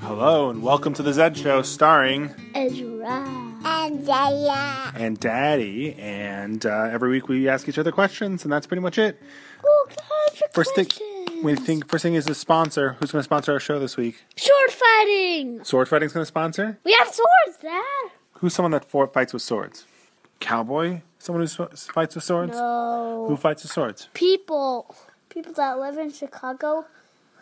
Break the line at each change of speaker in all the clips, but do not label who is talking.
Hello and welcome to the Zed Show, starring
Ezra.
And Zaya.
and Daddy. And uh, every week we ask each other questions, and that's pretty much it.
Oh, God, for
First thing,
questions.
we think first thing is the sponsor. Who's going to sponsor our show this week?
Sword fighting.
Sword fighting's going to sponsor.
We have swords, Dad.
Who's someone that for, fights with swords? Cowboy? Someone who sw- fights with swords?
No.
Who fights with swords?
People. People that live in Chicago.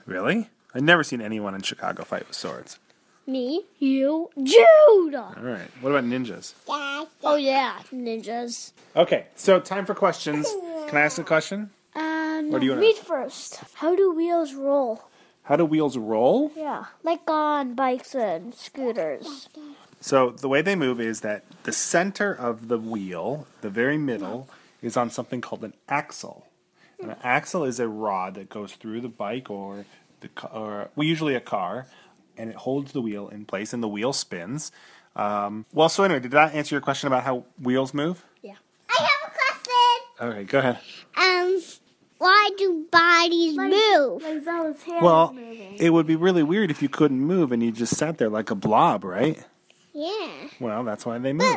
Really? I've never seen anyone in Chicago fight with swords.
Me, you, Jude.
All right. What about ninjas?
Oh, yeah, ninjas.
Okay. So time for questions. Can I ask a question?
Um,
What do you wanna-
read first. How do wheels roll?
How do wheels roll?
Yeah, like on bikes and scooters.
So the way they move is that the center of the wheel, the very middle, is on something called an axle. And an axle is a rod that goes through the bike or the ca- or well, usually a car, and it holds the wheel in place, and the wheel spins. Um, well, so anyway, did that answer your question about how wheels move?
Yeah.
I have a question.
Okay, go ahead.
Um, why do bodies move?
Like Zella's hand
Well, it would be really weird if you couldn't move and you just sat there like a blob, right?
Yeah.
Well, that's why they move.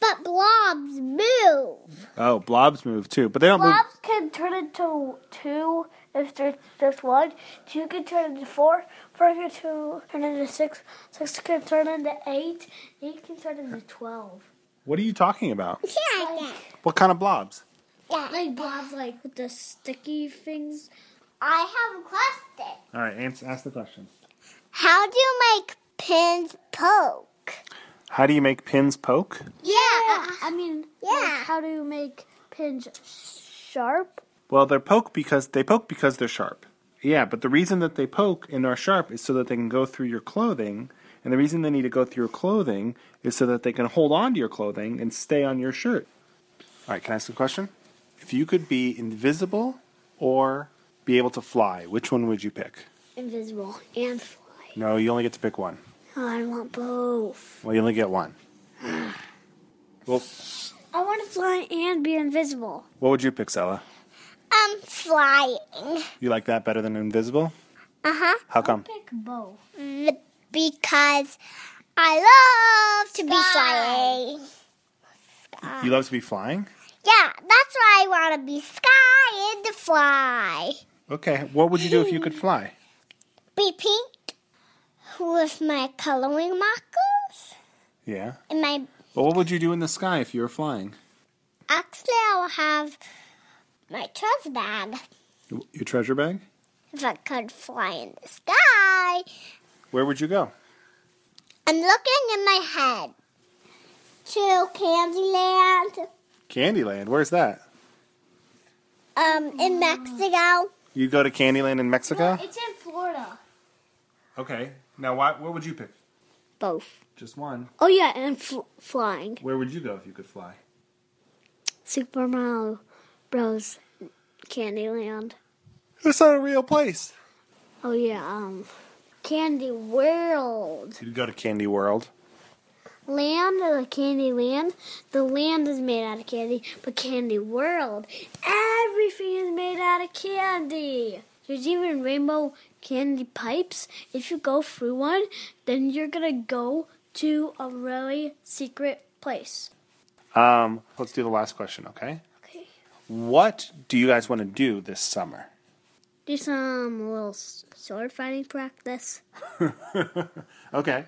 But blobs move.
Oh, blobs move too, but they don't move.
Blobs can turn into two if there's just one. Two can turn into four. Four can two, turn into six. Six can turn into eight. Eight can turn into twelve.
What are you talking about?
Yeah.
What kind of blobs?
Like blobs, like with the sticky things.
I have a question.
All right, ans- ask the question.
How do you make pins poke?
How do you make pins poke?
Yeah.
I mean,
Yeah.
Like how do you make pins sharp?
Well, they're poke because they poke because they're sharp. Yeah, but the reason that they poke and are sharp is so that they can go through your clothing, and the reason they need to go through your clothing is so that they can hold on to your clothing and stay on your shirt. All right, can I ask a question? If you could be invisible or be able to fly, which one would you pick?
Invisible and fly.
No, you only get to pick one.
Oh, I want both.
Well, you only get one. Well,
I want to fly and be invisible.
what would you pick, Sella?
I'm flying.
You like that better than invisible?
Uh huh.
How come?
Pick both.
Because I love to be flying.
You love to be flying?
Yeah, that's why I want to be sky and to fly.
Okay, what would you do if you could fly?
Be pink with my coloring markers
Yeah.
and my
But what would you do in the sky if you were flying?
actually I'll have my trust bag
Your treasure bag?
if I could fly in the sky.
Where would you go?
I'm looking in my head to Candyland,
Candyland. Where's that?
um, in Mexico.
You go to Candyland in Mexico?
It's in Florida.
Okay. Now, why, what would you pick?
Both.
Just one.
Oh yeah, and fl- flying.
Where would you go if you could fly?
Super Mario Bros. Candyland.
That's not a real place.
Oh yeah, um, Candy World.
You'd go to Candy World.
Land or Candy Land? The land is made out of candy, but Candy World, everything is made out of candy. There's even rainbow candy pipes. If you go through one, then you're gonna go to a really secret place.
Um, let's do the last question, okay?
Okay.
What do you guys want to do this summer?
Do some little s- sword fighting practice.
Okay.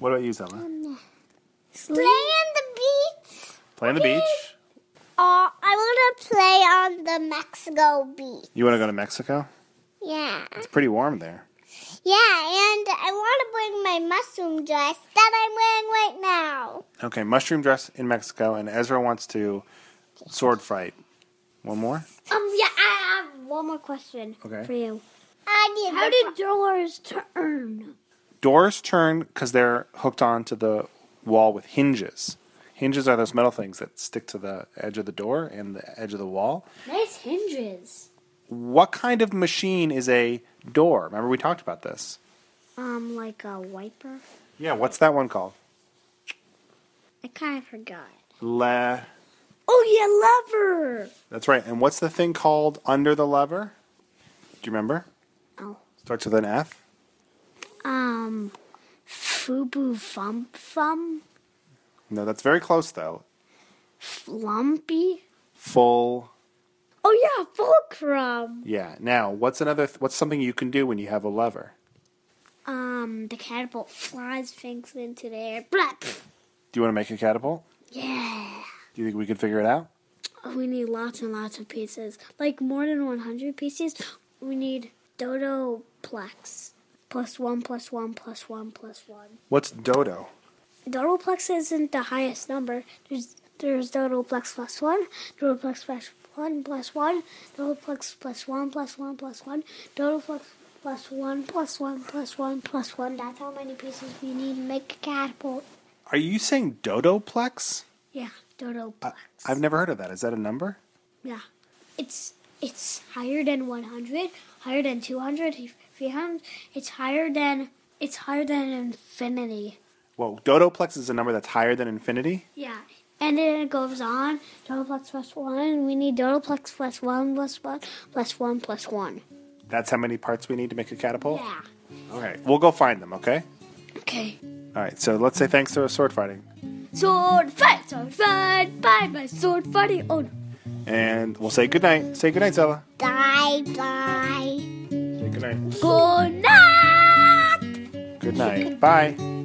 What about you, Zelda?
Play on the beach.
Play on the beach.
Or I want to play on the Mexico beach.
You want to go to Mexico?
Yeah.
It's pretty warm there.
Yeah, and I want to bring my mushroom dress that I'm wearing right now.
Okay, mushroom dress in Mexico, and Ezra wants to sword fight. One more?
Um, yeah, I have one more question
Okay.
for you.
I need
How
the-
did doors turn?
Doors turn because they're hooked onto the wall with hinges. Hinges are those metal things that stick to the edge of the door and the edge of the wall.
Nice hinges.
What kind of machine is a door? Remember, we talked about this.
Um, like a wiper.
Yeah, what's that one called?
I kind of forgot.
Le.
Oh yeah, lever.
That's right. And what's the thing called under the lever? Do you remember?
Oh,
Starts with an F.
um, Fubu Fump Fum?
No, that's very close though.
Flumpy?
Full.
Oh, yeah, Fulcrum.
Yeah. Now, what's another? Th- what's something you can do when you have a lever?
Um, the catapult flies things into the air. Blah, pff.
Do you want to make a catapult?
yeah.
Do you think we could figure it out?
We need lots and lots of pieces. Like more than 100 pieces. We need dodo plex. Plus one, plus one, plus one, plus one.
What's dodo?
Dodoplex isn't the highest number. There's there's Dodoplex plus one, Dodoplex plus one plus one, Dodoplex plus one plus one plus one, Dodoplex plus one plus one plus one plus one. That's how many pieces we need to make a catapult.
Are you saying dodoplex?
Yeah, Dodoplex.
I've never heard of that. Is that a number?
yeah, it's it's higher than 100, higher than 200, 300. It's higher than it's higher than infinity.
Whoa, dodoplex is a number that's higher than infinity?
Yeah. And then it goes on. Dodoplex plus one. We need Dodoplex plus one plus one plus one plus one.
That's how many parts we need to make a catapult?
Yeah.
All right, we'll go find them, okay?
Okay.
All right, so let's say thanks to sword fighting.
Sword fight, sword fight, bye bye, sword fighting. Oh, no.
And we'll say goodnight. Say goodnight, Zella.
Bye bye.
Say goodnight.
good night.
Good night. Bye.